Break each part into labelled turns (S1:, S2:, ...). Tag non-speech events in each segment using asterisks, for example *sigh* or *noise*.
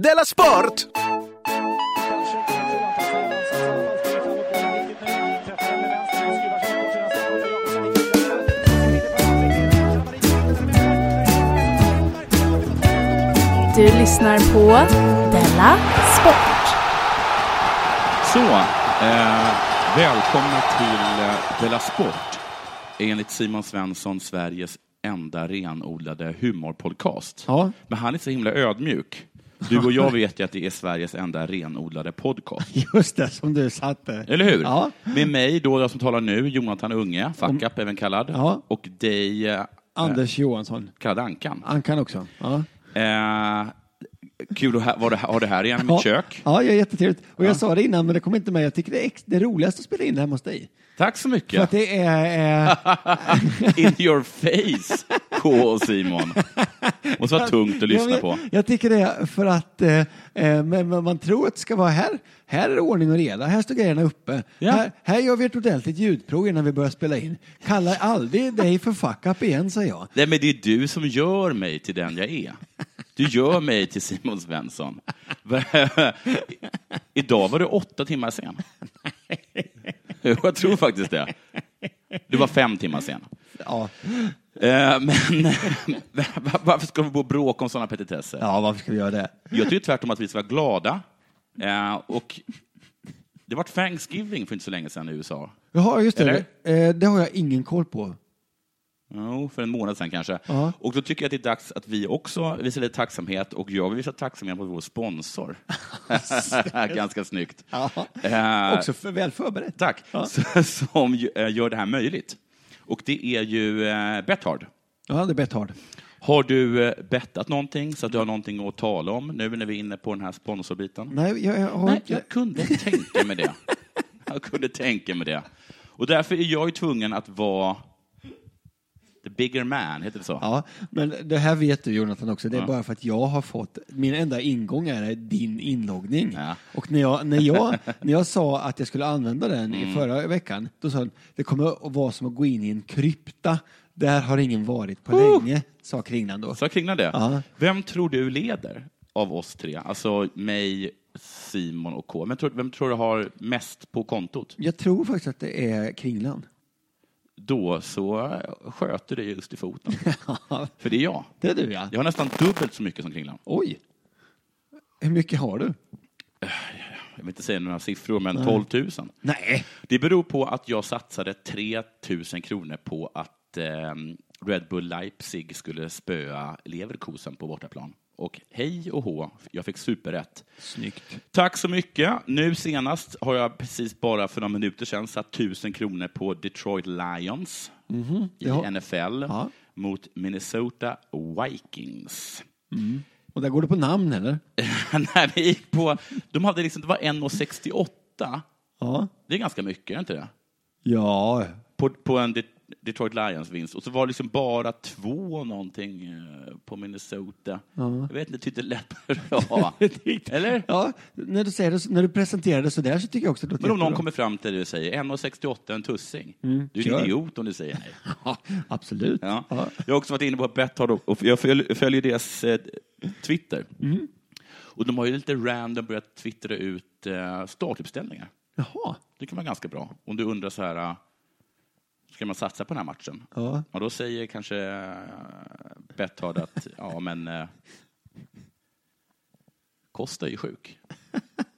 S1: Della Sport!
S2: Du lyssnar på Della Sport.
S3: Så, eh, välkomna till eh, Della Sport. Enligt Simon Svensson, Sveriges enda renodlade humorpodcast.
S4: Ja.
S3: Men han är så himla ödmjuk. Du och jag vet ju att det är Sveriges enda renodlade podcast.
S4: Just det, som du satte.
S3: Eller hur?
S4: Ja.
S3: Med mig, då jag som talar nu, Jonathan Unge, Fuckup även kallad,
S4: Ja.
S3: och dig, eh,
S4: Anders Johansson.
S3: kallad Ankan.
S4: Ankan också. Ja.
S3: Eh, kul att ha, vara- ha det här igen i mitt
S4: ja.
S3: kök.
S4: Ja, ja, jättetrevligt. Och jag
S3: Ja.
S4: sa det innan, men det kom inte med. Jag tycker det är ex- det roligaste att spela in det hemma hos dig.
S3: Tack så
S4: För att
S3: mycket.
S4: det är... Eh,
S3: In your face, K och Simon. Måste vara tungt att lyssna
S4: jag,
S3: på.
S4: Jag tycker det är för att eh, eh, men men man tror att det ska vara här. Här är det ordning och reda. Här står grejerna uppe.
S3: Ja.
S4: Här, här gör vi ett ordentligt ljudprov innan vi börjar spela in. Kallar aldrig dig för fuck up igen, säger jag.
S3: Nej, men det är du som gör mig till den jag är. Du gör mig till Simon Svensson. *laughs* Idag var du åtta timmar sen. Jo, Jag tror faktiskt det. Du var fem timmar sen.
S4: Ja,
S3: Eh, Men eh, *laughs* varför ska vi bo och bråka om sådana petitesser?
S4: ja varför ska vi göra det?
S3: Jag tycker tvärtom att vi ska vara glada. Eh, Och det var Thanksgiving för inte så länge sedan i USA.
S4: Jaha, just det. Eh, det har jag ingen koll på.
S3: Jo, för en månad sedan kanske.
S4: Ja.
S3: Och då tycker jag att det är dags att vi också visar lite tacksamhet och jag vill visa tacksamhet mot
S4: *laughs*
S3: vår sponsor. Ganska snyggt.
S4: Ja.
S3: Eh,
S4: Också för, väl förberett.
S3: Tack. *laughs* Som ju, eh, gör det här möjligt. Och det är ju eh, Bethard.
S4: Ja, det är bett hard.
S3: Har du eh, bettat någonting så att du har någonting att tala om nu när vi är inne på den här sponsorbiten?
S4: Nej, jag, jag har
S3: Nej,
S4: inte...
S3: jag kunde tänka
S4: *laughs*
S3: mig det. Jag kunde tänka mig det. Och därför är jag ju tvungen att vara the bigger man, heter det så?
S4: Ja, men det här vet du Jonathan också. Det är
S3: Ja.
S4: bara för att jag har fått, min enda ingång är din inloggning.
S3: Ja.
S4: Och när jag, när, jag, när jag sa att jag skulle använda den i förra veckan, då sa han, det kommer att vara som att gå in i en krypta. Där har ingen varit på länge, sa Kringlan då.
S3: Sa Kringlan det?
S4: Ja.
S3: Vem tror du leder av oss tre? Alltså mig, Simon och K. Men tror, vem tror du har mest på kontot?
S4: Jag tror faktiskt att det är Kringlan.
S3: Då så sköter det just i foten. För det är jag.
S4: Det är du ja.
S3: Jag har nästan dubbelt så mycket som Kringlan.
S4: Oj. Hur mycket har du?
S3: Jag vill inte säga några siffror, men 12 000.
S4: Nej.
S3: Det beror på att jag satsade 3 000 kronor på att ehm, Red Bull Leipzig skulle spöa Leverkusen på bortaplan. Och hej och hå, jag fick superrätt.
S4: Snyggt.
S3: Tack så mycket. Nu senast har jag precis bara för några minuter sedan satt 1000 kronor på Detroit Lions i
S4: Mhm, Ja.
S3: NFL
S4: Ja.
S3: mot Minnesota Vikings. *laughs*
S4: Och där går det på namn eller?
S3: När vi gick på, de hade liksom, det var 1,68.
S4: Ja.
S3: Det är ganska mycket, är det inte det?
S4: Ja.
S3: På, på en Det- Detroit Lions-vinst. Och så var det liksom bara två någonting eh, på Minnesota. Jag vet inte, tyckte det *laughs*
S4: *laughs*
S3: lät bra. Eller?
S4: Ja, när du, säger det, så- när du presenterar det sådär så tycker jag också att det
S3: Men om
S4: jättebra.
S3: någon
S4: Mm.
S3: kommer fram till dig och säger 1,68 en tussing. du är en
S4: kör.
S3: idiot om du säger nej.
S4: *laughs* Ja, absolut.
S3: Ja.
S4: Ja.
S3: Jag har också varit inne på Betthard och- och jag följ- följer deras eh, Twitter.
S4: Mm.
S3: Och de har ju lite random börjat twittra ut eh, startuppställningar.
S4: Jaha.
S3: Det kan vara ganska bra. Om du undrar så här, eh, ska man satsa på den här matchen?
S4: Ja.
S3: Och då säger kanske eh, Betthard att, ja men, eh, Costa är
S4: *laughs*
S3: ju sjuk.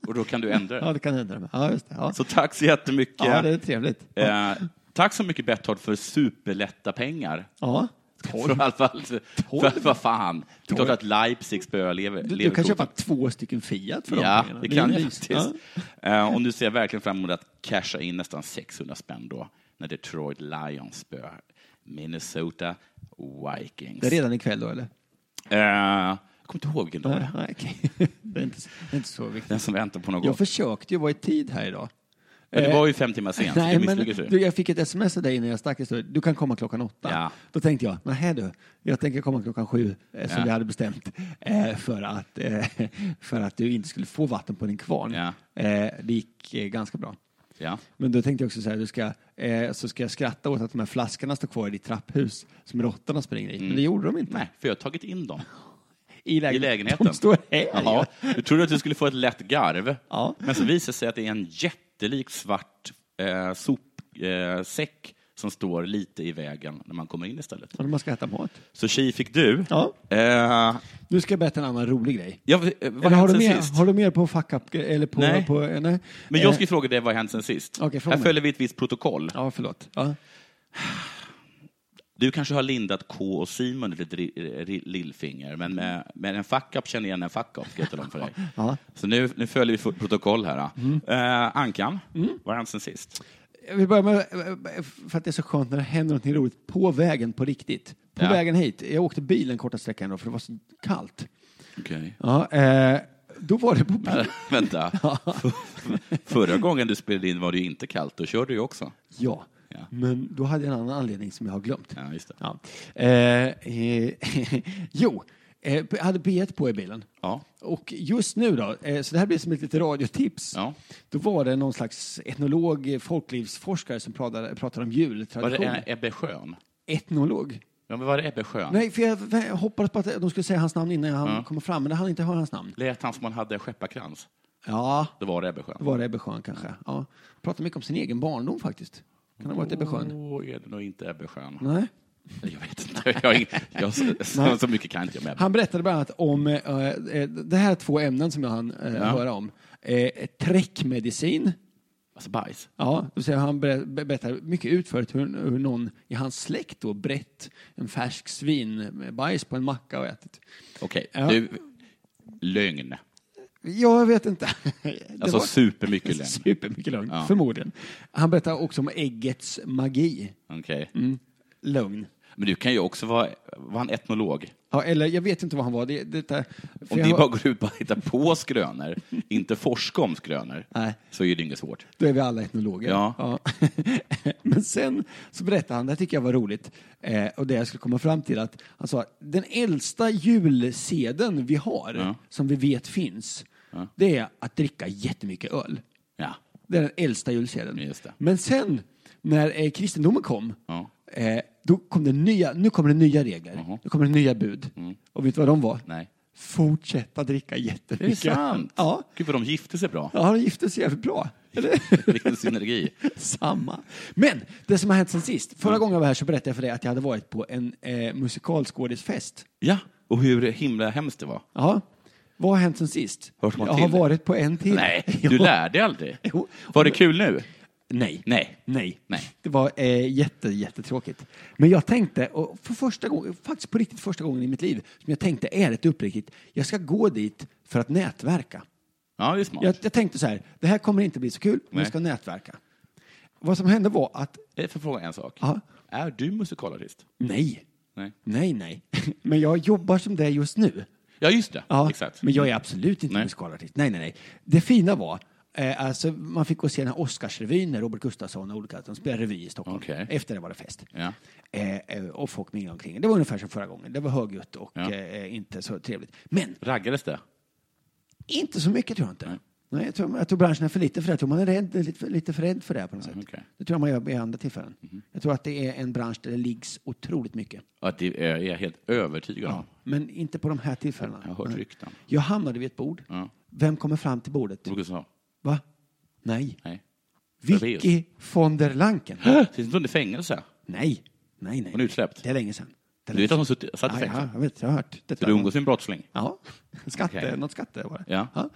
S3: Och då kan du ändra
S4: ja,
S3: det.
S4: det kan hända. det. Ja, just det. Ja.
S3: Så tack så jättemycket.
S4: ja, det är trevligt. Ja.
S3: Eh, tack så mycket Betthard för superlätta pengar.
S4: Ja.
S3: För, i alla fall, för vad fan. Det är klart att Leipzig spöar lever.
S4: Du, du kan köpa två stycken Fiat för de
S3: Ja,
S4: pengarna.
S3: det
S4: är
S3: kan
S4: ju
S3: jag
S4: mysigt.
S3: faktiskt. Eh, och nu ser jag verkligen fram emot att casha in nästan 600 spänn då, när Detroit Lions spöar Minnesota Vikings.
S4: Det är redan ikväll då, eller?
S3: Eh, jag kommer inte ihåg vilken dag det
S4: Nej,
S3: är.
S4: nej, okej. *laughs* det, är inte, det är inte så viktigt.
S3: Den som väntar på något.
S4: Jag försökte ju vara i tid här idag. Eh,
S3: Men det var ju fem timmar sen, så
S4: Nej,
S3: det
S4: men
S3: misslyckades
S4: du,
S3: ju.
S4: jag fick ett sms av dig innan jag stack. det stod, Du kan komma klockan åtta.
S3: Ja.
S4: Då tänkte jag, nej du, jag tänker komma klockan sju eh, som
S3: Ja.
S4: vi hade bestämt eh, för, att, eh, för att du inte skulle få vatten på din kvarn.
S3: Ja.
S4: Eh, det gick eh, ganska bra.
S3: Ja.
S4: Men då tänkte jag också så här, du ska, eh, så ska jag skratta åt att de här flaskorna står kvar i ditt trapphus som råttorna springer i. Men det gjorde de inte.
S3: Nej, för jag har tagit in dem.
S4: i lägenheten.
S3: Mm. I lägenheten.
S4: De står här.
S3: Jaha. Du trodde att du skulle få ett lätt garv.
S4: Ja.
S3: Men så visar det sig att det är en jättelik svart eh, sopsäck eh, säck som står lite i vägen när man kommer in istället.
S4: Ja. När man ska äta mat.
S3: Så tji fick du.
S4: Ja.
S3: Eh,
S4: Nu ska jag berätta en annan rolig grej.
S3: jag, eh, vad
S4: Eller har,
S3: hände
S4: du
S3: sen
S4: mer,
S3: sist?
S4: har du mer på fuck up eller på...
S3: Nej.
S4: på eh, nej.
S3: Men jag
S4: Eh,
S3: ska ju fråga dig vad har hänt sen sist.
S4: Okej, fråga
S3: Här
S4: mig.
S3: följer vi ett visst protokoll.
S4: Ja, förlåt. Ja.
S3: Du kanske har lindat K och Simon lite dri- ri- lillfinger, men med, med en fuck-up känner igen en fuck-up, ska jag tala om för dig.
S4: *laughs* Ja. Mm.
S3: Så nu, nu följer vi fot- protokoll här. då. Eh, Ankan, vad har hänt sen sist?
S4: Jag vill börja med, eh, för att det är så skönt när det händer något roligt, på vägen på riktigt. På
S3: Ja.
S4: vägen hit. Jag åkte bil den korta sträckan då, för det var så kallt.
S3: Okej.
S4: Ja, eh, då var det på
S3: *laughs*
S4: bil.
S3: Vänta. Förra gången du spelade in var det ju inte kallt, då körde du ju också.
S4: Ja.
S3: Ja.
S4: Men då hade jag en annan anledning som jag har glömt.
S3: Ja, just det.
S4: Ja. Eh, eh, *laughs* jo, eh, jag hade B1 på i bilen.
S3: Ja.
S4: Och just nu då, eh, så det här blir som ett litet radiotips.
S3: Ja.
S4: Då var det någon slags etnolog, eh, folklivsforskare som pratade, pratade om
S3: Var det
S4: jultradition.
S3: en Ebbe Schön?
S4: Etnolog?
S3: Ja, men var det Ebbe Schön?
S4: Nej, för jag jag hoppades på att de skulle säga hans namn innan han kommer fram, men det hann inte höra hans namn.
S3: Lät han som han hade skepparkrans?
S4: Ja,
S3: Då var det Ebbe
S4: det
S3: Schön.
S4: var det Ebbe Schön kanske. Ja. Pratade mycket om sin egen barndom faktiskt. Kan det ha varit Ebbe Schön?
S3: Då är det nog inte Ebbe Schön.
S4: Nej.
S3: Jag vet inte. Jag, jag, så, så mycket kan inte jag med.
S4: Han berättade bland annat om, eh, eh, det här är två ämnen som jag hann eh, höra om. Eh, träckmedicin.
S3: Alltså bajs.
S4: Ja, det vill säga han ber- ber- berättar mycket utförligt hur, hur någon i hans släkt då brett en färsk svin med bajs på en macka och ätit.
S3: Okej,
S4: Ja.
S3: du... Lögn.
S4: Ja, Jag vet inte. *laughs* Det
S3: Alltså
S4: var-
S3: supermycket
S4: *laughs*
S3: lögn.
S4: Supermycket lögn,
S3: Ja.
S4: förmodligen. Han berättar också om äggets magi.
S3: Okej.
S4: Mm. Lögn.
S3: Men du kan ju också vara... Var han etnolog?
S4: Ja, eller jag vet inte vad han var. Det, det, där- för
S3: Om
S4: jag
S3: det
S4: har-
S3: bara går ut på att hitta på skrönor, inte forska om skrönor,
S4: Nej.
S3: så är det inget svårt.
S4: Då är vi alla etnologer.
S3: Ja.
S4: *laughs* Men sen så berättade han, det här tycker jag var roligt, eh, och det jag skulle komma fram till, att han sa att den äldsta julseden vi har,
S3: Ja.
S4: som vi vet finns, det är att dricka jättemycket öl.
S3: Ja.
S4: Det är den äldsta julseden.
S3: Just det.
S4: Men sen, när eh, kristendomen kom,
S3: Ja.
S4: eh, då kom det nya, nu kommer det nya regler. Nu kommer det nya bud. Och vet du vad de var?
S3: Mm. Nej.
S4: Fortsätta dricka
S3: Det är
S4: jättemycket.
S3: sant!
S4: Ja.
S3: Gud vad de gifte sig bra. *laughs*
S4: Ja, de gifte sig jävligt bra. Eller?
S3: Vilken synergi.
S4: Samma. Men det som har hänt sen sist. Förra gången jag var här så berättade jag för dig att jag hade varit på en eh, musikalskådisfest.
S3: Ja, och hur himla hemskt det var.
S4: Ja. Vad har hänt sen sist?
S3: Hörs man
S4: jag
S3: till
S4: har
S3: det?
S4: varit på en till. *laughs*
S3: Nej,
S4: Jo.
S3: du lärde aldrig.
S4: Jo.
S3: Var det kul nu?
S4: Nej.
S3: Nej.
S4: Nej.
S3: Nej.
S4: Det var eh, jätte, jättetråkigt. Men jag tänkte, och för första gången, faktiskt på riktigt första gången i mitt liv, som jag tänkte ärligt och uppriktigt, jag ska gå dit för att nätverka.
S3: Ja, det är smart.
S4: Jag, jag tänkte så här, det här kommer inte bli så kul, men
S3: Nej.
S4: jag ska nätverka. Vad som hände var att,
S3: Jag får fråga en sak.
S4: Ja.
S3: Är du musikalartist?
S4: nej,
S3: Nej.
S4: nej, nej. *laughs* Men jag jobbar som det just nu.
S3: Ja, just det.
S4: Ja,
S3: Exakt.
S4: Men jag är absolut inte
S3: Nej.
S4: musikalartist. Nej, nej, nej. Det fina var, eh, alltså, man fick gå och se den här Oscarsrevyn när Robert Gustafsson och olika, de spelade revy i Stockholm.
S3: Okej.
S4: Efter det var det fest.
S3: Ja.
S4: Eh, eh, och folk minglade omkring. Det var ungefär som förra gången. Det var högljutt och
S3: Ja.
S4: eh, inte så trevligt. Men
S3: Raggades det?
S4: inte så mycket tror jag inte. Nej. jag, tror, jag tror branschen är för liten för det. Jag tror man är rädd, lite, för- lite för rädd för det här på något sätt.
S3: okej. Mhm.
S4: Det tror jag man gör i andra tillfällen. Jag tror att det är en bransch där det liggs otroligt mycket.
S3: Ja, det är jag helt övertygad om.
S4: Men inte på de här tillfällena.
S3: Jag har hört
S4: Nej.
S3: rykten.
S4: Jag hamnade vid ett bord.
S3: Ja.
S4: Vem kommer fram till bordet?
S3: Robert Gustafsson?
S4: Va? Nej.
S3: Nej. Flavius.
S4: Vicky von der Lanken.
S3: Sitter inte hon i fängelse?
S4: Nej. Nej, nej.
S3: Hon är utsläppt.
S4: Det är länge sedan. Det är
S3: Du
S4: länge
S3: vet att hon
S4: sedan.
S3: sutt- satt i
S4: Ja, ja,
S3: fängelse?
S4: jag vet. Jag har hört. Detta.
S3: Så du umgås med en brottsling?
S4: Ja. Skatte,
S3: Okej.
S4: Något skatte var det.
S3: Ja.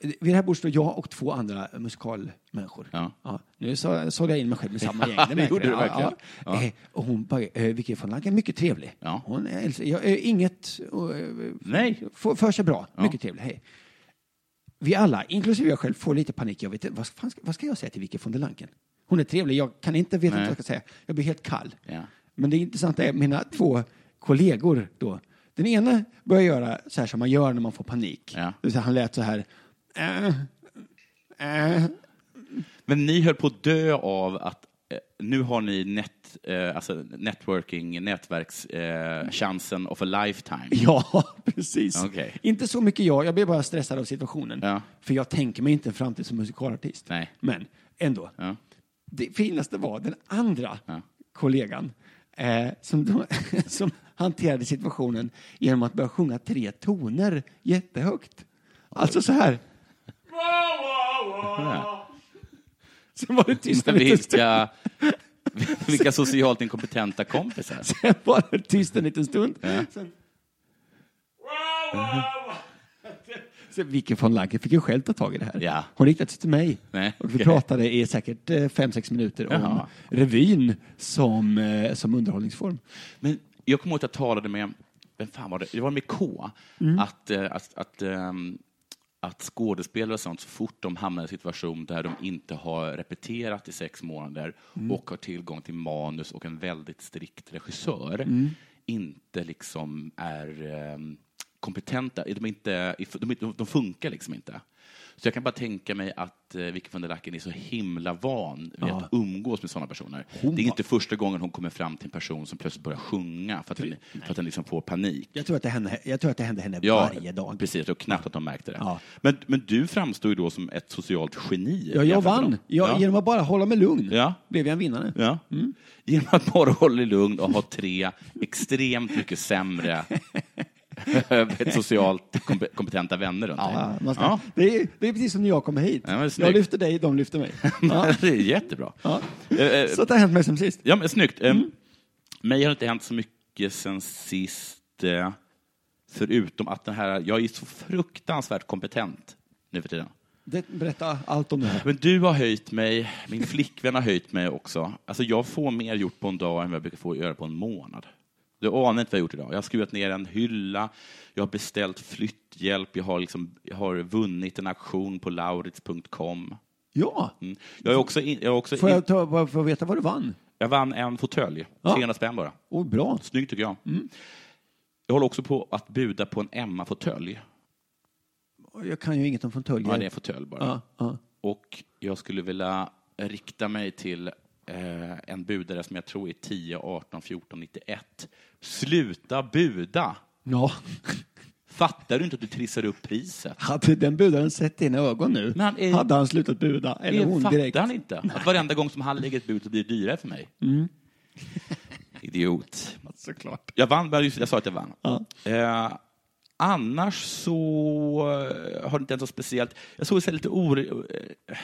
S4: Vid det här bordet står jag och två andra musikalmänniskor.
S3: Ja.
S4: Nu så, såg jag in mig själv med samma gäng.
S3: Ja,
S4: det
S3: det
S4: märker
S3: gjorde
S4: jag.
S3: du verkligen. Ja.
S4: Eh, Och hon bara, eh, Vicky von Lanken, mycket trevlig.
S3: Ja.
S4: Hon är, äldst- jag, eh, inget, eh,
S3: Nej.
S4: Får för sig bra. Mycket trevligt. Hej. Vi alla, inklusive jag själv, får lite panik. Jag vet inte, vad, fan ska, vad ska jag säga till Vicky von der Lanken? Hon är trevlig. Jag kan inte veta vad jag ska säga. Jag blir helt kall.
S3: Ja.
S4: Men det intressanta är mina två kollegor då. Den ena börjar göra så här som man gör när man får panik.
S3: Ja.
S4: Det vill säga, han lät så här. Äh, äh.
S3: Men ni höll på att dö av att eh, nu har ni net, eh, alltså networking, nätverkschansen eh, chansen of a lifetime.
S4: Ja, *laughs* precis.
S3: Okej.
S4: Inte så mycket jag. Jag blir bara stressad av situationen.
S3: Ja.
S4: För jag tänker mig inte en framtid som musikalartist.
S3: Nej.
S4: Men ändå.
S3: Ja.
S4: Det finaste var den andra kollegan eh, som, de, *laughs* som hanterade situationen genom att börja sjunga tre toner jättehögt. Alltså så här. Sen var det tyst en liten stund.
S3: Vilka, *laughs* vilka socialt inkompetenta kompisar.
S4: *laughs* Sen var det tyst en liten stund. Sen... *laughs* Sen Vicky von Lange fick ju själv ta tag i det här.
S3: Ja.
S4: Hon riktade sig till mig.
S3: Nej,
S4: Och vi
S3: okej.
S4: pratade i säkert 5-6 minuter om
S3: Jaha.
S4: revyn som, eh, som underhållningsform.
S3: Men jag kommer ihåg att jag talade med, vem fan var det? Det var med K. Att, eh, att, att, ehm, att skådespelare och sånt, så fort de hamnar i en situation där de inte har repeterat i sex månader och har tillgång till manus och en väldigt strikt regissör, inte liksom är ehm, kompetenta. De, är inte, de, är inte- de funkar liksom inte. Så jag kan bara tänka mig att eh, Vicky von der Lacken är så himla van vid att umgås med sådana personer. det är inte första gången hon kommer fram till en person som plötsligt börjar sjunga för att den, för att den liksom får panik.
S4: Jag tror att det hände, jag tror att det hände henne varje dag.
S3: Precis, och knappt att de märkte det.
S4: Ja.
S3: Men, men du framstår ju då som ett socialt geni.
S4: Ja, jag
S3: jämfört med
S4: vann.
S3: dem.
S4: Jag,
S3: ja.
S4: Genom Mm. att bara hålla mig lugn
S3: Ja.
S4: blev jag en vinnare.
S3: Ja. Genom att bara hålla dig lugn och ha tre extremt mycket sämre *laughs* ett socialt kompe- kompetenta vänner runt
S4: Ja,
S3: dig.
S4: man ska,
S3: Ja.
S4: Det, är, det är precis som när jag kommer hit.
S3: Ja, men snyggt.
S4: jag lyfter dig, de lyfter
S3: *laughs*
S4: mig. Ja.
S3: det är jättebra.
S4: Ja. Mm.
S3: Eh, eh,
S4: Så att det har hänt mig som sist.
S3: Ja, men snyggt. Eh, Mig har det inte hänt så mycket sen sist, eh, förutom att den här, jag är så fruktansvärt kompetent nu för tiden.
S4: Det, berätta allt om det här.
S3: Men du har höjt mig, min flickvän har höjt mig också. Alltså jag får mer gjort på en dag än vad jag brukar få göra på en månad. Du anar inte vad jag har gjort idag. Jag har skruvat ner en hylla, jag har beställt flytthjälp, jag har, liksom, jag har vunnit en auktion på lauritz.com.
S4: Ja,
S3: Mm. Jag, är också in, jag, är också
S4: får
S3: in,
S4: jag, ta, bara för att veta vad du vann?
S3: jag vann en fåtölj,
S4: Ja. Mm.
S3: 300 spänn bara.
S4: Oh, bra.
S3: Snyggt tycker jag. Jag håller också på att buda på en Emma-fåtölj.
S4: Jag kan ju inget om fåtöljer.
S3: Ja, det är en fåtölj bara.
S4: ja, ja.
S3: Och jag skulle vilja rikta mig till eh, en budare som jag tror är 10, 18, 14, 91. Sluta buda!
S4: ja. *laughs*
S3: Fattar du inte att du trissar upp priset?
S4: Hade den budaren sett dina ögon nu,
S3: Men han är-
S4: hade han slutat buda. Eller hon
S3: fattar
S4: direkt.
S3: han inte? Att varenda gång som han lägger ett bud så blir det dyrare för mig.
S4: Mm.
S3: Idiot.
S4: Såklart.
S3: Jag vann, men just det, jag sa att jag vann.
S4: Ja.
S3: Eh, annars så eh, har det inte hänt något speciellt. Jag såg så här lite or... eh,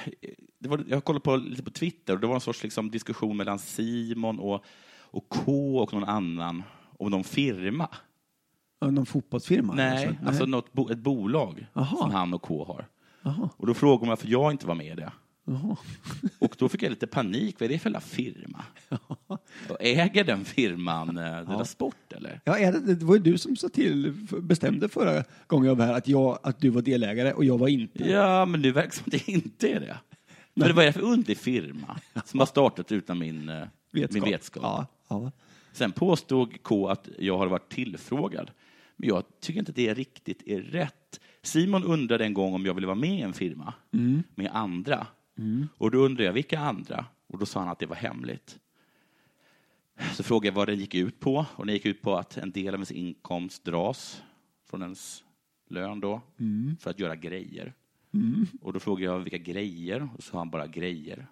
S3: Det var, jag kollade på, lite på Twitter och det var en sorts liksom, diskussion mellan Simon och, och K och någon annan om någon firma.
S4: Ja, Någon fotbollsfirma?
S3: Nej,
S4: alltså.
S3: alltså något, bo- ett bolag
S4: Aha.
S3: som han och K har.
S4: Aha.
S3: Och då frågade man varför jag inte var med i det.
S4: Jaha.
S3: Och då fick jag lite panik. Vad är det för
S4: *laughs*
S3: jävla firma? Och äger den firman eh, den där Sport, eller?
S4: Ja, är det, det var ju du som sa till, bestämde förra gången jag var här att, jag, att du var delägare och jag var inte.
S3: Ja, men nu verkar som att det inte är det. Men vad är det för underlig firma som har startat utan min eh, Min vetskap?
S4: Ja, ja.
S3: Sen påstod K att jag har varit tillfrågad, men jag tycker inte att det riktigt är rätt. Simon undrade en gång om jag ville vara med i en firma med andra. Och då undrade jag vilka andra? Och då sa han att det var hemligt. Så frågade jag vad den gick ut på. Och den gick ut på att en del av ens inkomst dras från ens lön då, för att göra grejer. Och då frågade jag vilka grejer, och så sa han bara grejer.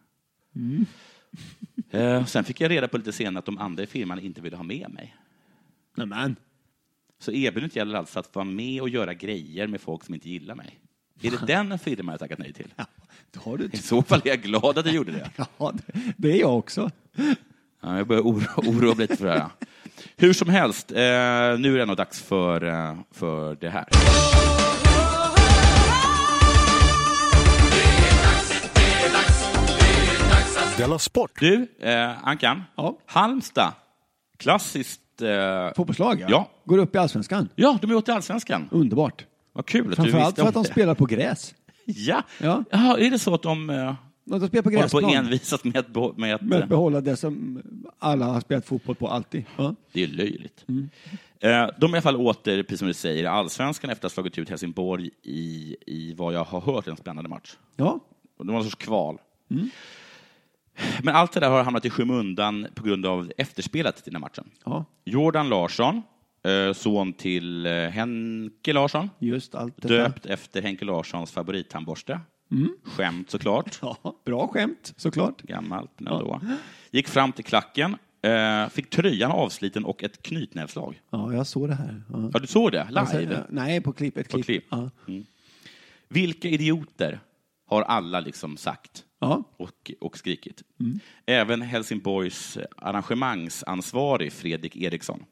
S3: Eh, Sen fick jag reda på lite senare att de andra i firman inte ville ha med mig.
S4: Nämen.
S3: Så erbjudandet gäller alltså att vara med och göra grejer med folk som inte gillar mig. Är det den firman jag tackat nej till?
S4: Ja, då har du *laughs*
S3: I så fall är jag glad att jag gjorde det.
S4: Ja, det, det är jag också.
S3: Ja, jag börjar oroa oroa mig lite för det här. Hur som helst, eh, nu är det nog dags för, eh, för det här.
S1: Della Sport!
S3: Du, eh, Ankan.
S4: Ja.
S3: Halmstad. Klassiskt... Eh,
S4: Fotbollslag, ja.
S3: Ja.
S4: Går upp i allsvenskan.
S3: ja, de är åt i Allsvenskan.
S4: Underbart.
S3: Vad kul att du visste
S4: Framförallt för
S3: om
S4: att de
S3: det.
S4: spelar på gräs.
S3: Ja.
S4: Ja.
S3: Jaha, är det så att de eh,
S4: De spelar på
S3: håller på
S4: gräsplan.
S3: att envisas med att... bo- Med att eh,
S4: Med att behålla det som alla har spelat fotboll på alltid. Ja.
S3: Det är löjligt.
S4: Mm.
S3: Eh, De är i alla fall åter, precis som du säger, i allsvenskan efter att ha slagit ut Helsingborg i, i vad jag har hört, en spännande match.
S4: ja.
S3: Och Det var en sorts kval.
S4: Mm.
S3: Men allt det där har hamnat i skymundan på grund av efterspelet till den här matchen.
S4: Ja,
S3: Jordan Larsson, eh, son till eh, Henke Larsson,
S4: just allt detta.
S3: döpt efter Henke Larssons favorittandborste.
S4: Mm.
S3: Skämt såklart.
S4: Ja, bra skämt såklart.
S3: gammalt men ändå. Gick fram till klacken, eh, Eh, fick tröjan avsliten och ett knytnävslag.
S4: Ja, jag såg det här. Ja.
S3: Ja, du såg det?
S4: Jag såg-
S3: Live?
S4: Nej, på klipp. Ett klipp.
S3: klipp.
S4: Ja.
S3: Vilka idioter har alla liksom sagt
S4: Ja.
S3: och, och skrikit. Även Helsingborgs arrangemangsansvarig Fredrik Eriksson.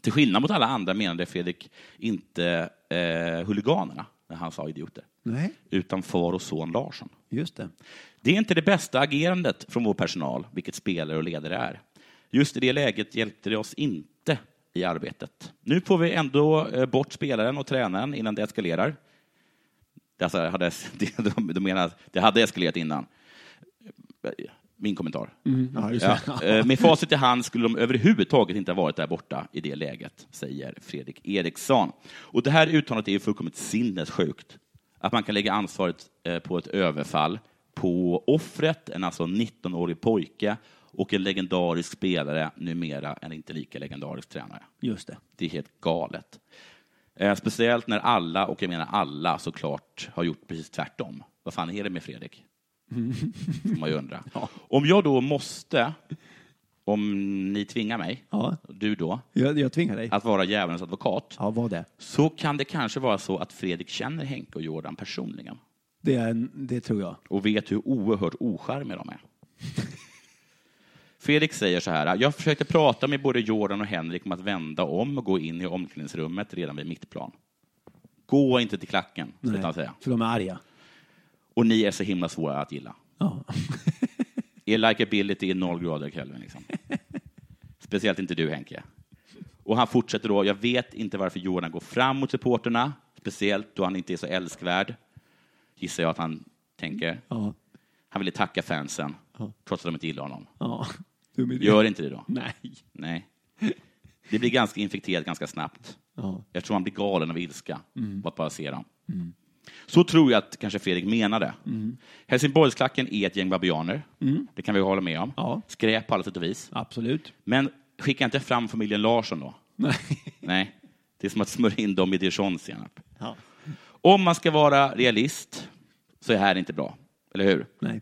S3: Till skillnad mot alla andra menade Fredrik inte eh, huliganerna när han sa idioter,
S4: Nej,
S3: utan far och son Larsson.
S4: just det.
S3: Det är inte det bästa agerandet från vår personal, vilket spelare och ledare är. Just i det läget hjälpte det oss inte i arbetet. Nu får vi ändå eh, bort spelaren och tränaren innan det eskalerar. Det Alltså, hade, de- de menar att *laughs* det hade eskalerat innan. Min kommentar.
S4: Mm. Ja, just det.
S3: Ja, *laughs* eh, med facit i hand skulle de överhuvudtaget inte ha varit där borta i det läget, säger Fredrik Eriksson. Och det här uttalandet är ju fullkomligt sinnessjukt. Att man kan lägga ansvaret eh, på ett överfall på offret, en alltså 19-årig pojke och en legendarisk spelare, numera en inte lika legendarisk tränare.
S4: Just det.
S3: Det är helt galet. Eh, Speciellt när alla, och jag menar alla, såklart har gjort precis tvärtom. Vad fan är det med Fredrik? Får man ju undra. Om jag då måste, om ni tvingar mig,
S4: Ja.
S3: du då,
S4: Jag, jag tvingar dig.
S3: att vara djävulens advokat,
S4: Ja, vad det.
S3: så kan det kanske vara så att Fredrik känner Henke och Jordan personligen
S4: Det, är, en- det tror jag.
S3: och vet hur oerhört ocharmiga de är. *laughs* Fredrik säger så här, jag försökte prata med både Jordan och Henrik om att vända om och gå in i omklädningsrummet redan vid mittplan. Gå inte till klacken, slutade han säga.
S4: För de är arga.
S3: Och ni är så himla svåra att gilla.
S4: Ja.
S3: Er likability är noll grader Kelvin. Liksom. Speciellt inte du Henke. Och han fortsätter då, jag vet inte varför Jordan går fram mot supporterna. Speciellt då han inte är så älskvärd. Gissar jag att han tänker.
S4: Ja.
S3: Han ville tacka fansen, trots att de inte gillar honom.
S4: ja. Dum idé.
S3: Gör inte det då.
S4: Nej.
S3: Nej. Det blir ganska infekterat ganska snabbt.
S4: Ja.
S3: Jag tror han blir galen av ilska på att bara se dem. Så tror jag att kanske Fredrik menade. Helsingborgsklacken är ett gäng babianer. Det kan vi hålla med om.
S4: Ja.
S3: Skräp på alla sätt och vis.
S4: Absolut.
S3: Men skicka inte fram familjen Larsson då.
S4: Nej.
S3: Nej. Det är som att smörja in dem i dijonsenap. Om man ska vara realist så är det här inte bra. Eller hur?
S4: Nej.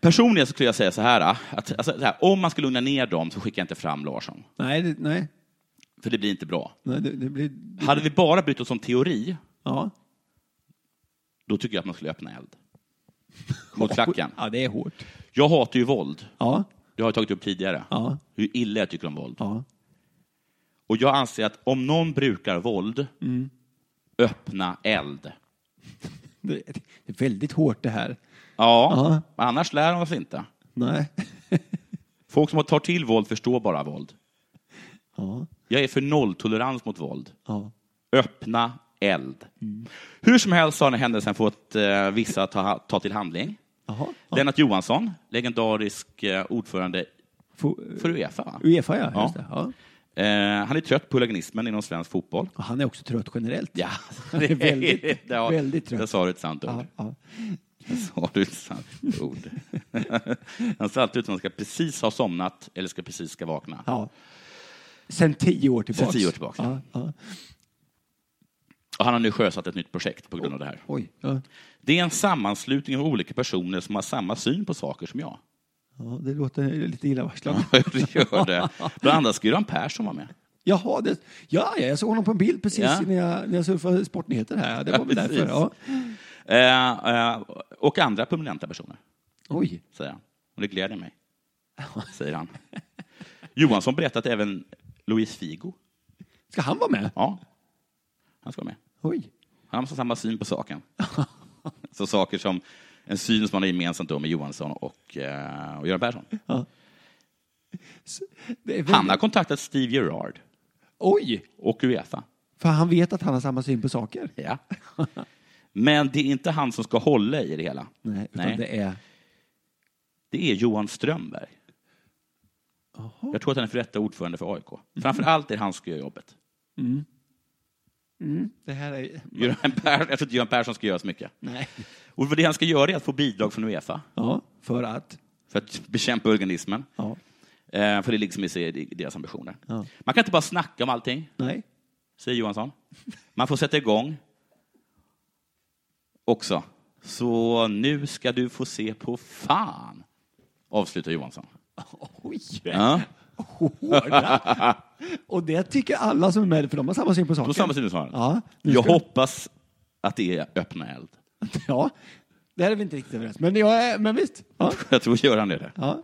S3: Personligen så skulle jag säga så här, att, alltså, så här om man ska lugna ner dem så skickar jag inte fram Larsson.
S4: Nej, det, nej.
S3: För det blir inte bra.
S4: nej det, det blir...
S3: Hade vi bara brytt oss om teori,
S4: Ja.
S3: då tycker jag att man skulle öppna eld. Mot klacken.
S4: Ja, det är hårt.
S3: Jag hatar ju våld.
S4: Ja.
S3: Det har jag tagit upp tidigare.
S4: Ja.
S3: Hur illa jag tycker om våld.
S4: Ja.
S3: Och jag anser att om någon brukar våld, öppna eld.
S4: Det, det är väldigt hårt det här.
S3: Ja, annars lär de oss inte.
S4: Nej.
S3: Folk som tar till våld förstår bara våld.
S4: Ja.
S3: Jag är för nolltolerans mot våld.
S4: Ja.
S3: Öppna eld. Hur som helst har den här händelsen fått eh, vissa att ta, ta till handling.
S4: Jaha.
S3: Lennart Johansson, legendarisk eh, ordförande
S4: Får-
S3: för Uefa. va?
S4: Uefa, ja.
S3: Ja.
S4: Just det. ja.
S3: Eh, han är trött på huliganismen inom svensk fotboll.
S4: Och han är också trött generellt.
S3: Ja,
S4: Han är väldigt,
S3: *laughs* ja,
S4: väldigt trött.
S3: Där sa du ett sant ord.
S4: Ja, ja.
S3: Där sa du ett sant ord. *laughs* han ser alltid ut som han ska precis ha somnat eller ska precis ska vakna.
S4: ja. Sen tio år tillbaka.
S3: Sen tio år tillbaks.
S4: Ja, ja.
S3: Och han har nu sjösatt ett nytt projekt på grund av det här.
S4: Oj. Ja.
S3: Det är en sammanslutning av olika personer som har samma syn på saker som jag. *laughs*
S4: ja, det låter lite illavarslande.
S3: det gör det. Bland annat ska Göran Persson vara med.
S4: Jaha, det, ja, ja, jag såg honom på en bild precis
S3: Ja.
S4: när, jag, när jag surfade Sportnyheter här. Det var väl
S3: precis.
S4: därför. Ja.
S3: Eh, eh, och andra prominenta personer,
S4: Oj.
S3: säger han. Och det
S4: *laughs*
S3: gläder mig, säger han. Johansson berättar att även Luis Figo,
S4: Ska han vara med?
S3: ja, han ska vara med.
S4: Oj.
S3: Han har samma syn
S4: *laughs*
S3: på saken. Så saker som en syn som man har gemensamt då med Johansson och, eh, och Göran Persson.
S4: Mm. Det är väl-
S3: Han har kontaktat Steve Gerrard
S4: Oj!
S3: och Uefa.
S4: För han vet att han har samma syn på saker. *laughs*
S3: Ja. Men det är inte han som ska hålla i det hela.
S4: Nej, utan
S3: Nej.
S4: det är...
S3: Det är Johan Strömberg. Jag tror att han är för detta ordförande för AIK.
S4: Mm.
S3: Framförallt är det han som ska göra jobbet.
S4: Det här är...
S3: Göran Persson, jag tror inte Göran Persson ska göra så mycket.
S4: Nej.
S3: Och för det han ska göra är att få bidrag från Uefa
S4: Ja, för att...
S3: för att bekämpa organismen.
S4: Ja.
S3: Eh, För det är liksom i sig i deras ambitioner. Man kan inte bara snacka om allting,
S4: Nej.
S3: säger Johansson. Man får sätta igång också. Så nu ska du få se på fan, avslutar Johansson.
S4: *laughs* Oj!
S3: Ja.
S4: Hårda. *laughs* Och det tycker alla som är med, för de har samma syn på
S3: På
S4: saken.
S3: samma sida som han.
S4: Ja, nu
S3: Jag
S4: ska-
S3: hoppas att det är öppna eld.
S4: *laughs* Ja, det här är vi inte riktigt överens Men, jag är, men visst. Ja,
S3: Jag tror Göran är det.
S4: ja.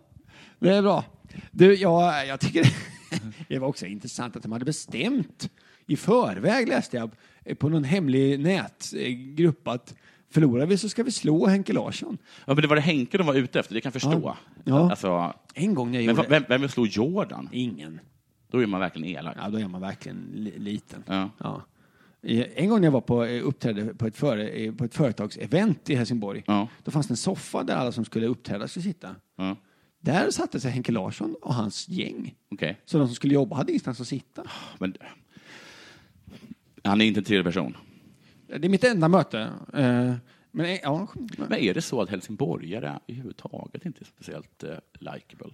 S4: Det är bra. Du, jag, jag tycker *laughs* det var också intressant att de hade bestämt i förväg, läste jag, eh, på någon hemlig nätgrupp att förlorar vi så ska vi slå Henke Larsson.
S3: Ja, men det var det Henke de var ute efter, det kan jag förstå.
S4: Ja.
S3: Alltså,
S4: En gång när jag
S3: men
S4: gjorde...
S3: va- vem, vem vill slå Jordan?
S4: Ingen.
S3: Då är man verkligen elak.
S4: Ja, då är man verkligen li- liten.
S3: Ja.
S4: Eh, En gång när jag var på eh, uppträde på ett, före, eh, på ett företagsevent i Helsingborg,
S3: Ja.
S4: då fanns det en soffa där alla som skulle uppträda skulle sitta.
S3: Ja.
S4: Där satte sig Henke Larsson och hans gäng.
S3: Okej.
S4: Så de som skulle jobba hade ingenstans att sitta.
S3: Men han är inte en trevlig person.
S4: Det är mitt enda möte. Eh, Men eh, ja,
S3: Men är det så att helsingborgare överhuvudtaget inte är speciellt eh, likable?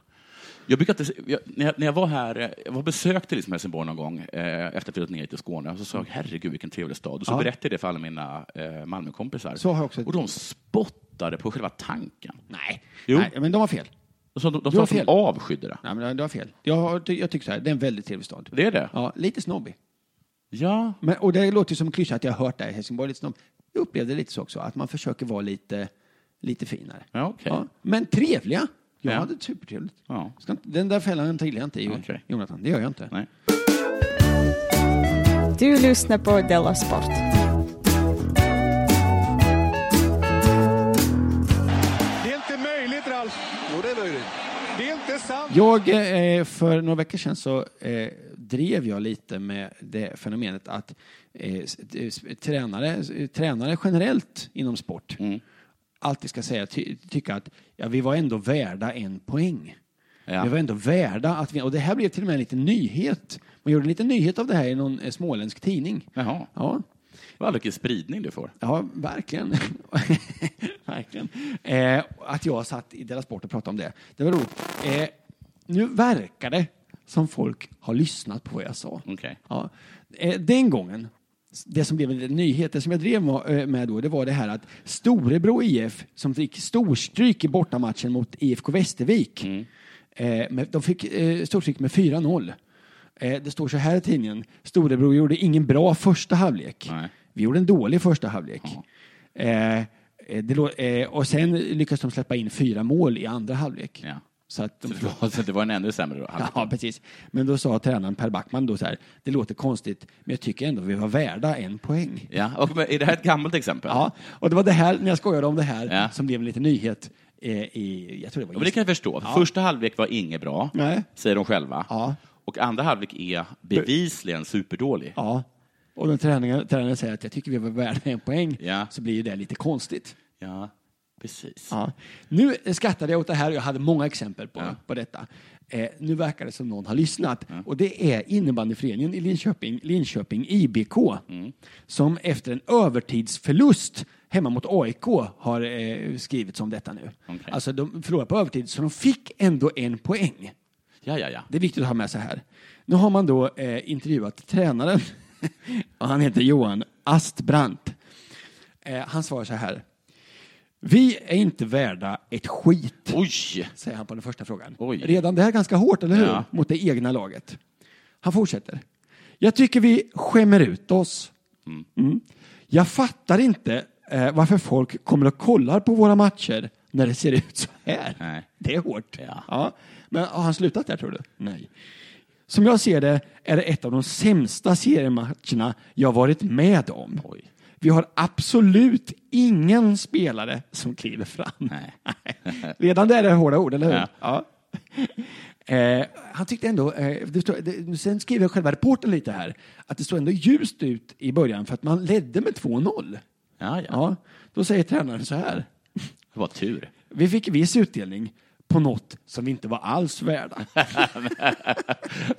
S3: Jag brukar inte, se- jag, när, jag, när jag var här, eh, jag var besökte liksom Helsingborg någon gång eh, efter att jag flyttat ner till Skåne och så sa jag herregud vilken trevlig stad och så
S4: Mm. Ja.
S3: berättade jag det för alla mina eh, Malmökompisar.
S4: Så har jag också-
S3: Och de spottade på själva tanken.
S4: nej.
S3: Jo.
S4: nej, men de har fel.
S3: De sa de,
S4: Du
S3: de
S4: har
S3: sa att de
S4: fel.
S3: avskydde det.
S4: Nej, men de har fel. Jag, har- ty- jag tycker så här, det är en väldigt trevlig stad.
S3: Det är det?
S4: Ja, lite snobbig.
S3: Ja.
S4: Men, och det låter ju som en klyscha att jag har hört det här i Helsingborg, lite snobb. Jag upplevde det lite så också, att man försöker vara lite, lite finare.
S3: Ja, okej.
S4: men trevliga. Jag
S3: Ja.
S4: hade det supertrevligt.
S3: Ja.
S4: Ska inte, den där fällan trillar jag inte i,
S3: Okej.
S4: Jonathan. Det gör jag inte.
S3: Nej.
S5: Du lyssnar på Della Sport.
S6: Det är inte möjligt, Ralf.
S7: Jo, det är möjligt.
S6: Det är inte sant.
S4: Jag, eh, för några veckor sedan så eh, drev jag lite med det fenomenet att eh, s- s- tränare, s- tränare generellt inom sport alltid ska säga, ty, tycka att ja, vi var ändå värda en poäng.
S3: Ja.
S4: Vi var ändå värda att vi, och det här blev till och med en liten nyhet. Man gjorde en liten nyhet av det här i någon eh, småländsk tidning.
S3: Jaha.
S4: Ja.
S3: Vad vilken spridning du får.
S4: Ja, verkligen. *laughs* verkligen. Eh, att jag satt i deras Sport och pratade om det. Det var roligt. Eh, nu verkar det som folk har lyssnat på vad jag sa.
S3: Okej.
S4: Ja. Eh, den gången, det som blev en liten nyhet, det som jag drev ma- eh, med då, det var det här att Storebro IF, som fick storstryk i bortamatchen mot IFK Västervik,
S3: Mm.
S4: eh, med, de fick eh, storstryk med 4-0. Eh, det står så här i tidningen, Storebro gjorde ingen bra första halvlek.
S3: Nej.
S4: Vi gjorde en dålig första halvlek. Eh, eh, det, lå- eh, och sen lyckades de släppa in fyra mål i andra halvlek.
S3: Ja.
S4: Så att de
S3: *laughs* Så det var- så det var en ännu sämre då.
S4: Typ. Ja, *laughs* precis. Men då sa tränaren Per Backman då så här, det låter konstigt, men jag tycker ändå vi var värda en poäng.
S3: Ja. Och, men är det här ett gammalt exempel?
S4: Ja, och det var det här, när jag skojade om det här,
S3: Ja.
S4: som blev en liten nyhet eh, i, jag tror det var
S3: Ja, men det kan jag förstå. Första halvlek var inget bra,
S4: Nej.
S3: säger de själva.
S4: Ja.
S3: Och andra halvlek är bevisligen superdålig.
S4: Ja. Och när tränaren, tränaren säger att jag tycker vi var värda en poäng,
S3: Ja.
S4: så blir ju det lite konstigt.
S3: Ja, precis.
S4: Ja. Nu skrattade jag åt det här och jag hade många exempel på,
S3: Ja.
S4: på detta. Eh, nu verkar det som någon har lyssnat. Och det är innebandyföreningen i Linköping, Linköping IBK,
S3: Mm.
S4: som efter en övertidsförlust hemma mot AIK har eh, skrivits om detta nu.
S3: Okej.
S4: Alltså de förlorade på övertid, så de fick ändå en poäng.
S3: Ja, ja, ja.
S4: Det är viktigt att ha med sig här. Nu har man då eh, intervjuat tränaren. *laughs* och han heter Johan Astbrant. Eh, han svarar så här. Vi är inte värda ett skit,
S3: Oj!
S4: säger han på den första frågan.
S3: Oj.
S4: Redan det här är ganska hårt, eller hur?
S3: Ja.
S4: Mot det egna laget. Han fortsätter. Jag tycker vi skämmer ut oss. Mm. Jag fattar inte eh, varför folk kommer och kollar på våra matcher när det ser ut så här.
S3: Nej.
S4: Det är hårt.
S3: Ja.
S4: Men har han slutat där tror du? Nej. Som jag ser det är det ett av de sämsta seriematcherna jag varit med om.
S3: Oj.
S4: Vi har absolut ingen spelare som kliver fram.
S3: Nej.
S4: Redan där är det hårda ord, eller hur?
S3: Ja.
S4: Eh, han tyckte ändå, eh, det står, det, sen skriver själva reporten lite här, att det såg ändå ljust ut i början för att man ledde med 2-0.
S3: Ja, ja.
S4: Ja, då säger tränaren så här.
S3: Det var tur.
S4: Vi fick viss utdelning på något som vi inte var alls värda.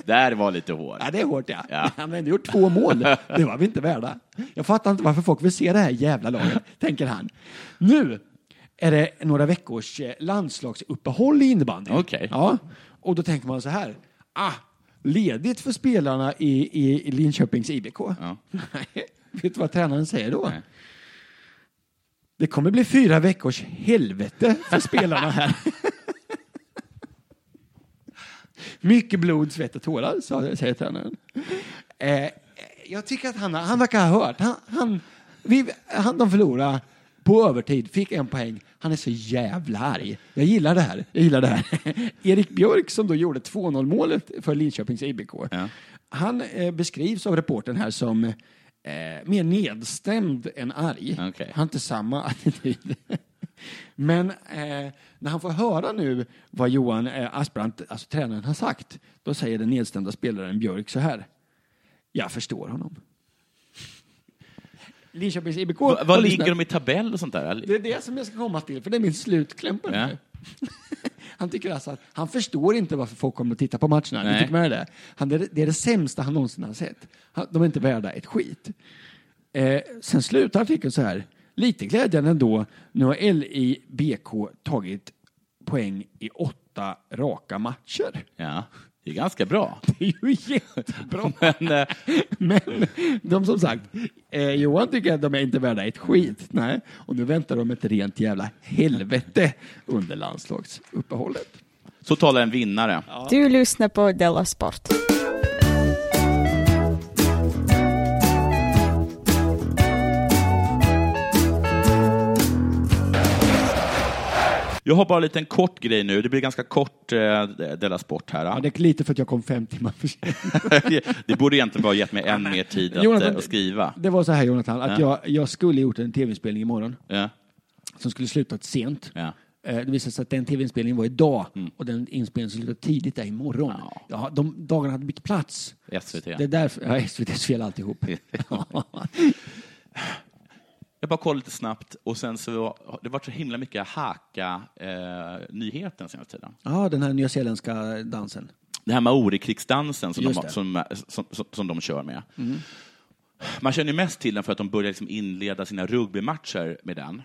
S3: Där var lite hårt.
S4: Ja, det är hårt ja. *laughs*
S3: Ja.
S4: Han hade ändå gjort två mål. Det var vi inte värda. Jag fattar inte varför folk vill se det här jävla
S3: *laughs*
S4: laget, tänker han. Nu är det några veckors eh, landslagsuppehåll i innebandy.
S3: Okej.
S4: Ja, och då tänker man så här. Ah, ledigt för spelarna i, i, i Linköpings IBK.
S3: Ja.
S4: Nej, *laughs* Vet du vad tränaren säger då?
S3: Nej.
S4: Det kommer bli fyra veckors helvete för spelarna här. Mycket blod, svett och tårar, sa- säger tränaren. Eh, jag tycker att han, har- han verkar ha hört. Han, han, vi, han, de förlorade på övertid, fick en poäng. Han är så jävla arg. Jag gillar det här. Jag gillar det här. *laughs* Erik Björk som då gjorde 2-0 målet för Linköpings IBK.
S3: Ja.
S4: Han eh, beskrivs av reportern här som eh, mer nedstämd än arg. Han
S3: Okej.
S4: har inte samma attityd. Men eh, när han får höra nu vad Johan eh, Asbrant, alltså tränaren, har sagt, då säger den nedstämda spelaren Björk så här. Jag förstår honom. Linköpings IBK
S3: Va-
S4: har
S3: Vad
S4: lyssnat.
S3: ligger de i tabell och sånt där?
S4: Det är det som jag ska komma till, för det är min slutkläm på det
S3: Ja.
S4: här. *laughs* Han tycker alltså att han förstår inte varför folk kommer att titta på matcherna.
S3: Nej.
S4: Du fick med det? där. Han, det, är, det är det sämsta han någonsin har sett. Han, de är inte värda ett skit. Eh, sen slutar artikeln så här. Lite glädjande ändå. Nu har LIBK tagit poäng i åtta raka matcher. *laughs*
S3: Ja, det är ganska bra.
S4: Det är ju jättebra.
S3: *laughs* Men, eh,
S4: *laughs* Men de som sagt, eh, Johan tycker att de är inte värda ett skit. Nej. Och nu väntar de ett rent jävla helvete under landslagsuppehållet.
S3: så talar en vinnare.
S5: Du lyssnar på Della Sport.
S3: Jag har bara en liten kort grej nu. Det blir ganska kort eh, Della Sport här.
S4: Ja,
S3: eh.
S4: det är lite för att jag kom fem timmar för sent.
S3: *laughs* det borde egentligen bara gett mig än mer
S4: *laughs*
S3: tid att,
S4: Jonathan,
S3: eh, att skriva.
S4: Det var så här Jonathan, att
S3: Ja.
S4: jag, jag skulle gjort en tv-inspelning imorgon
S3: Ja,
S4: som skulle slutat sent.
S3: ja. Mm.
S4: Eh, Det visade sig att den tv-inspelningen var idag och den inspelningen som slutade tidigt är imorgon. Ja.
S3: Ja.
S4: de dagarna hade bytt plats.
S3: SVT.
S4: Det är därför, ja, SVTs fel alltihop.
S3: *laughs* Jag bara kollade lite snabbt och sen så, det var så himla mycket haka-nyheten senaste tiden.
S4: ja, den här nyzeeländska dansen.
S3: Det här maorikrigsdansen som, de,
S4: Just
S3: har-
S4: det.
S3: som, som, som, som de kör med. Man känner ju mest till den för att de börjar liksom inleda sina rugbymatcher med den.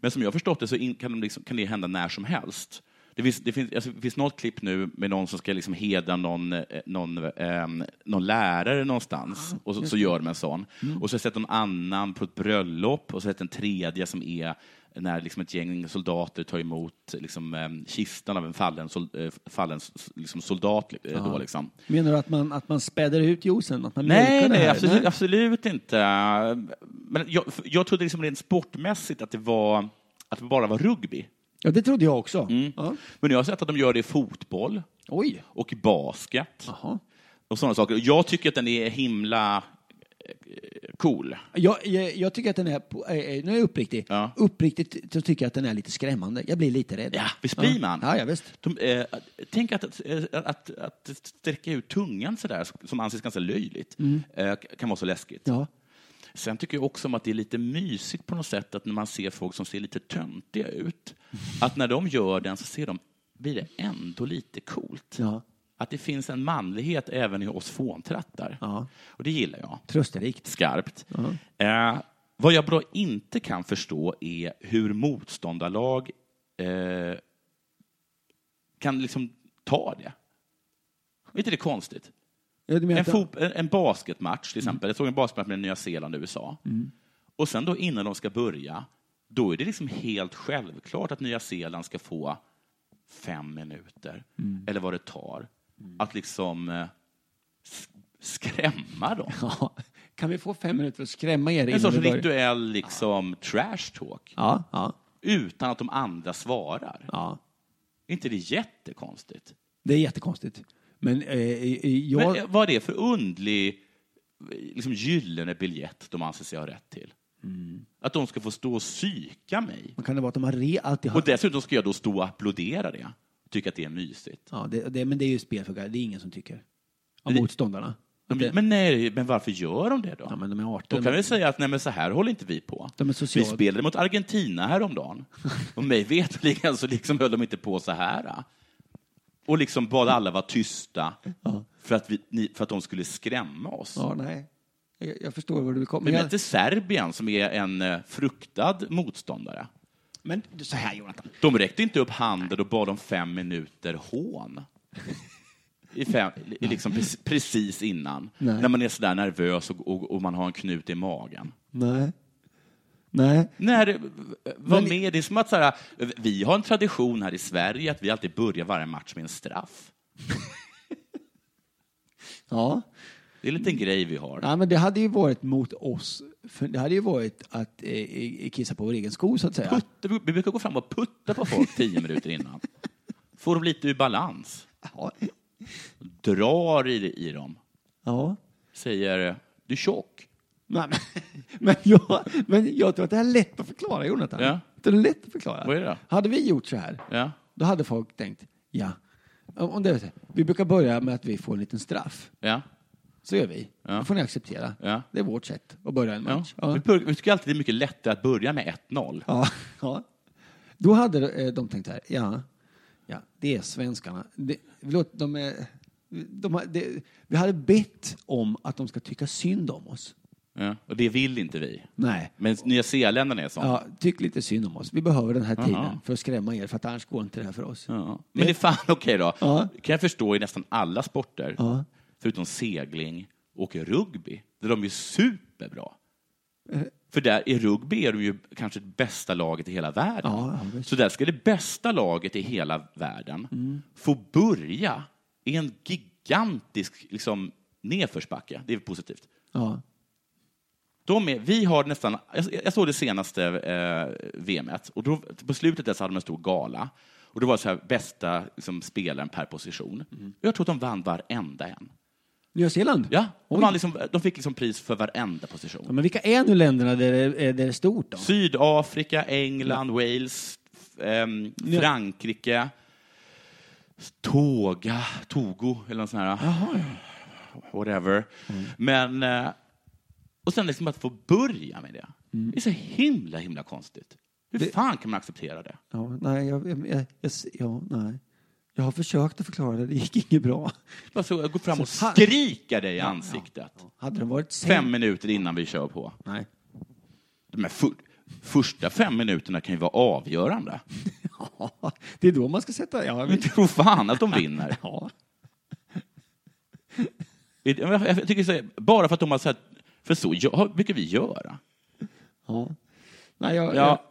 S3: Men som jag har förstått det så in, kan, de liksom, kan det hända när som helst. Det finns, det, finns, alltså, det finns något klipp nu med någon som ska liksom hedra någon, eh, någon, ehm, någon lärare någonstans och så, så gör de en sån. Och så har jag sett någon annan på ett bröllop och så har jag sett en tredje som är när liksom ett gäng soldater tar emot liksom, ehm, kistan av en fallen, sol, eh, fallen s- liksom soldat. eh, Då, liksom.
S4: Menar du att man, att man späder ut juicen? Att man
S3: Nej,
S4: mjölkar det
S3: nej,
S4: här?
S3: absolut, absolut inte. Men jag, jag trodde liksom rent sportmässigt att det, var, att det bara var rugby.
S4: Ja, det trodde jag också. Mm.
S3: Mm.
S4: Ja.
S3: Men jag har sett att de gör det i fotboll
S4: Oj.
S3: och i basket
S4: Jaha.
S3: och sådana saker. Jag tycker att den är himla eh, cool.
S4: Jag, jag, jag tycker att den är, på- eh, eh, nu är jag uppriktig,
S3: Ja.
S4: uppriktigt så tycker jag att den är lite skrämmande. Jag blir lite rädd.
S3: Ja, visst blir man?
S4: Ja, ja visst.
S3: De, eh, tänk att, att, att, att sträcka ut tungan sådär, som anses ganska löjligt,
S4: Mm.
S3: eh, kan vara så läskigt.
S4: Ja.
S3: Sen tycker jag också om att det är lite mysigt på något sätt att när man ser folk som ser lite töntiga ut, att när de gör den så ser de, blir det ändå lite coolt.
S4: Ja.
S3: Att det finns en manlighet även i oss fåntrattar.
S4: Ja.
S3: Och det gillar jag.
S4: Trösterikt.
S3: Skarpt. Eh, vad jag bra inte kan förstå är hur motståndarlag eh, kan liksom ta det. Är inte det konstigt?
S4: Ja, du menar
S3: En,
S4: att-
S3: fot, en- en basketmatch till exempel. Jag såg en basketmatch mellan Nya Zeeland och USA. Och sen då innan de ska börja, då är det liksom helt självklart att Nya Zeeland ska få fem minuter, eller vad det tar, att liksom eh, s- skrämma dem.
S4: ja. Kan vi få fem minuter att skrämma er
S3: En
S4: innan
S3: sorts
S4: vi börjar?
S3: rituell liksom, trash talk,
S4: Ja, ja,
S3: utan att de andra svarar.
S4: ja.
S3: Är inte det jättekonstigt?
S4: Det är jättekonstigt. Men eh, eh, jag...
S3: Men eh, vad är det för underlig eh, liksom, gyllene biljett de anser sig ha rätt till?
S4: Mm.
S3: Att de ska få stå och psyka mig.
S4: Men kan det vara att de har re, alltid har...
S3: Och dessutom ska jag då stå och applådera det. Tycka att det är mysigt.
S4: Ja, det, det, men det är ju spel för Det är ingen som tycker. Av
S3: Det-
S4: motståndarna. Att
S3: De,
S4: det-
S3: men, nej, men varför gör de det då?
S4: Ja, men de är
S3: då
S4: arter.
S3: kan vi säga att nej, men så här håller inte vi på.
S4: De är
S3: vi
S4: sociala.
S3: spelade mot Argentina häromdagen.
S4: *laughs*
S3: Och mig veterligen så liksom höll de inte på så här. ah. Och liksom bad alla vara tysta för, att vi, ni, för att de skulle skrämma oss.
S4: Ja, nej. Jag, jag förstår var du vill komma.
S3: Vi
S4: Men, jag,
S3: mötte Serbien som är en eh, fruktad motståndare.
S4: men så här Jonathan.
S3: De räckte inte upp handen och bad om fem minuter hån. I fem, i liksom pre- precis innan,
S4: Nej.
S3: när man är sådär nervös och, och, och man har en knut i magen.
S4: Nej. Nej.
S3: När, vad
S4: Men-
S3: med, det är som att så här, eh, vi har en tradition här i Sverige att vi alltid börjar varje match med en straff.
S4: Ja.
S3: Det är en liten grej vi har.
S4: Nej, men det hade ju varit mot oss. För det hade ju varit att eh, eh, kissa på vår egen sko, så att säga.
S3: Putta, vi brukar gå fram och putta på folk tio minuter innan. Får dem lite ur balans.
S4: Ja.
S3: Drar i, i dem.
S4: ja.
S3: Säger du är tjock.
S4: Nej, men, *laughs* men, jag, men jag tror att det här är lätt att förklara, Jonathan.
S3: Ja.
S4: Det är lätt att förklara.
S3: Vad är det då?
S4: Hade vi gjort så här,
S3: Ja.
S4: då hade folk tänkt, ja. Om om det är så här, vi brukar börja med att vi får en liten straff.
S3: Ja.
S4: Så gör vi.
S3: Ja.
S4: Det får ni acceptera.
S3: Ja.
S4: Det är vårt sätt att börja en
S3: Ja.
S4: match.
S3: Vi, bör, vi tycker alltid det är mycket lättare att börja med 1-0.
S4: Ja, *laughs* ja. Då hade eh, de tänkt så här, ja, ja det är svenskarna. Det, förlåt, de är, de, har- det, vi hade bett om att de ska tycka synd om oss.
S3: Ja. Och det vill inte vi.
S4: Nej.
S3: Men Nya Zeeländarna är sånt.
S4: Ja, tyck lite synd om oss. Vi behöver den här tiden
S3: Jaha.
S4: för att skrämma er, för att annars går inte det här för oss.
S3: Ja. Men det är fan *laughs* okej då.
S4: Ja.
S3: kan jag förstå i nästan alla sporter,
S4: Ja.
S3: förutom segling och rugby, där de är superbra.
S4: Eh.
S3: För där i rugby är de ju kanske det bästa laget i hela världen.
S4: Ja, ja, visst. Mm.
S3: Så där ska det bästa laget i hela världen få börja i en gigantisk liksom, nedförsbacke. Det är positivt.
S4: Ja.
S3: De är, vi har nästan, jag, jag såg det senaste eh, VMet och då, på slutet där så hade de en stor gala. Och det var så här, bästa liksom, spelaren per position. Jag tror att de vann varenda en.
S4: Nya Zeeland?
S3: Ja, de,
S4: Oj.
S3: vann liksom, de fick liksom pris för varenda position.
S4: Ja, Men vilka är nu länderna där det är, där det är stort då?
S3: Sydafrika, England, Wales, f- ehm,
S4: Ja.
S3: Frankrike, Toga, Togo eller något sånt här. Whatever.
S4: Mm.
S3: Men, eh, och sen liksom att få börja med det.
S4: Mm.
S3: Det är så himla, himla konstigt. Hur fan kan man acceptera det?
S4: Ja, nej, jag, jag, jag, jag, ja, nej. jag har försökt att förklara det, det gick inget bra.
S3: Bara så jag går fram och
S4: Så fan-
S3: skrika dig i ansiktet.
S4: Hade den varit sen?
S3: Fem minuter innan vi kör på.
S4: Nej.
S3: De här för, första fem minuterna kan ju vara avgörande.
S4: Ja, det är då man ska sätta... Ja, jag
S3: Men
S4: vet.
S3: tro fan att de vinner. *laughs*
S4: Ja.
S3: Jag- Jag jag tycker så här, bara för att de har sagt, för så gör- brukar vi göra.
S4: ja. Nej, jag,
S3: Ja,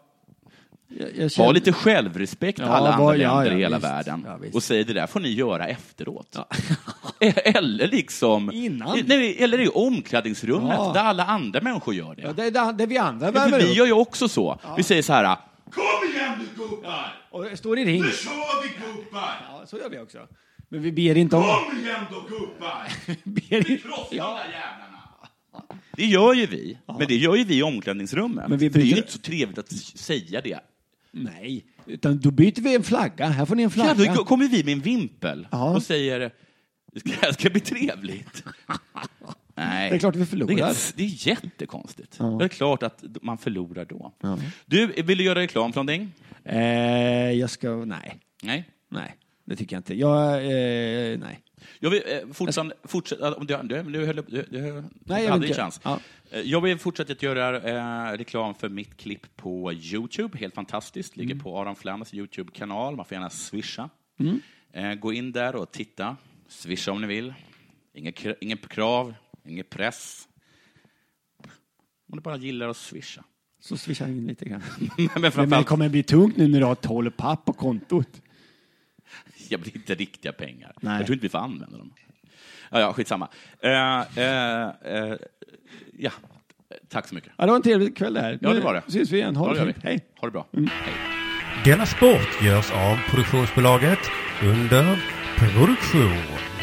S4: jag, jag, jag
S3: ha
S4: känner-
S3: lite självrespekt
S4: Ja,
S3: alla andra
S4: vad- ja,
S3: länder
S4: ja,
S3: i hela
S4: visst.
S3: världen
S4: Ja, visst.
S3: och säg det där får ni göra efteråt. *laughs* E- eller liksom,
S4: Innan.
S3: Nej, eller i omklädningsrummet
S4: Ja.
S3: där alla andra människor gör det.
S4: Ja, det, är där- det är vi andra
S3: Ja, för
S4: värmer
S3: vi
S4: upp.
S3: gör ju också så. Vi säger så här, kom igen nu gubbar,
S4: Och jag står i ring.
S3: nu kör vi gubbar,
S4: Ja, så gör vi också. Men vi ber inte om... *laughs*
S3: kom igen då gubbar, *laughs*
S4: Ber
S3: vi
S4: inte.
S3: krossar de
S4: Ja.
S3: där jävlarna. Det gör ju vi, men det gör ju vi i omklädningsrummet.
S4: Men vi
S3: För det är ju
S4: byter-
S3: inte så trevligt att s- säga det
S4: Nej, utan då byter vi en flagga. Här får ni en
S3: Ja,
S4: flagga.
S3: då kommer vi med en vimpel
S4: Ja.
S3: och säger det ska, det ska
S4: *laughs*
S3: bli trevligt. Nej.
S4: Det är klart vi förlorar.
S3: Det är, det är jättekonstigt.
S4: Ja.
S3: Det är klart att man förlorar då. Du, vill du göra reklam för någonting?
S4: Eh, jag ska... Nej.
S3: Nej.
S4: Nej, det tycker jag inte. Jag... Eh, nej.
S3: Jag vill eh, fortfarande, fortsätta, om du, du, du, höll upp- du, du, du
S4: jag vill
S3: hade en
S4: inte.
S3: chans.
S4: Ja.
S3: Eh, Jag vill fortsätta att göra eh, reklam för mitt klipp på Youtube, helt fantastiskt. Ligger
S4: Mm.
S3: på Aron Flams Youtube-kanal, man får gärna swisha. Eh, gå in där och titta, swisha om ni vill. Ingen, kr- ingen krav, ingen press. Om du bara gillar att swisha. *laughs*
S4: Så swishar jag in lite grann.
S3: Men
S4: Men det
S3: framförallt,
S4: kommer bli tungt nu när du har 12 papp på kontot.
S3: jag blir inte riktiga *laughs* pengar.
S4: Nej.
S3: Jag tror inte vi får använda dem. Ja, ja skitsamma. Eh, eh, eh, ja, tack så mycket.
S4: Ja, det var en trevlig kväll det här.
S3: Ja, det
S4: Nu
S3: var det.
S4: syns vi igen. Ha det
S3: Ja, gör
S4: fint.
S3: vi.
S4: Hej. Mm.
S3: Ha det bra. Hej.
S1: Della Sport görs av produktionsbolaget under produktion.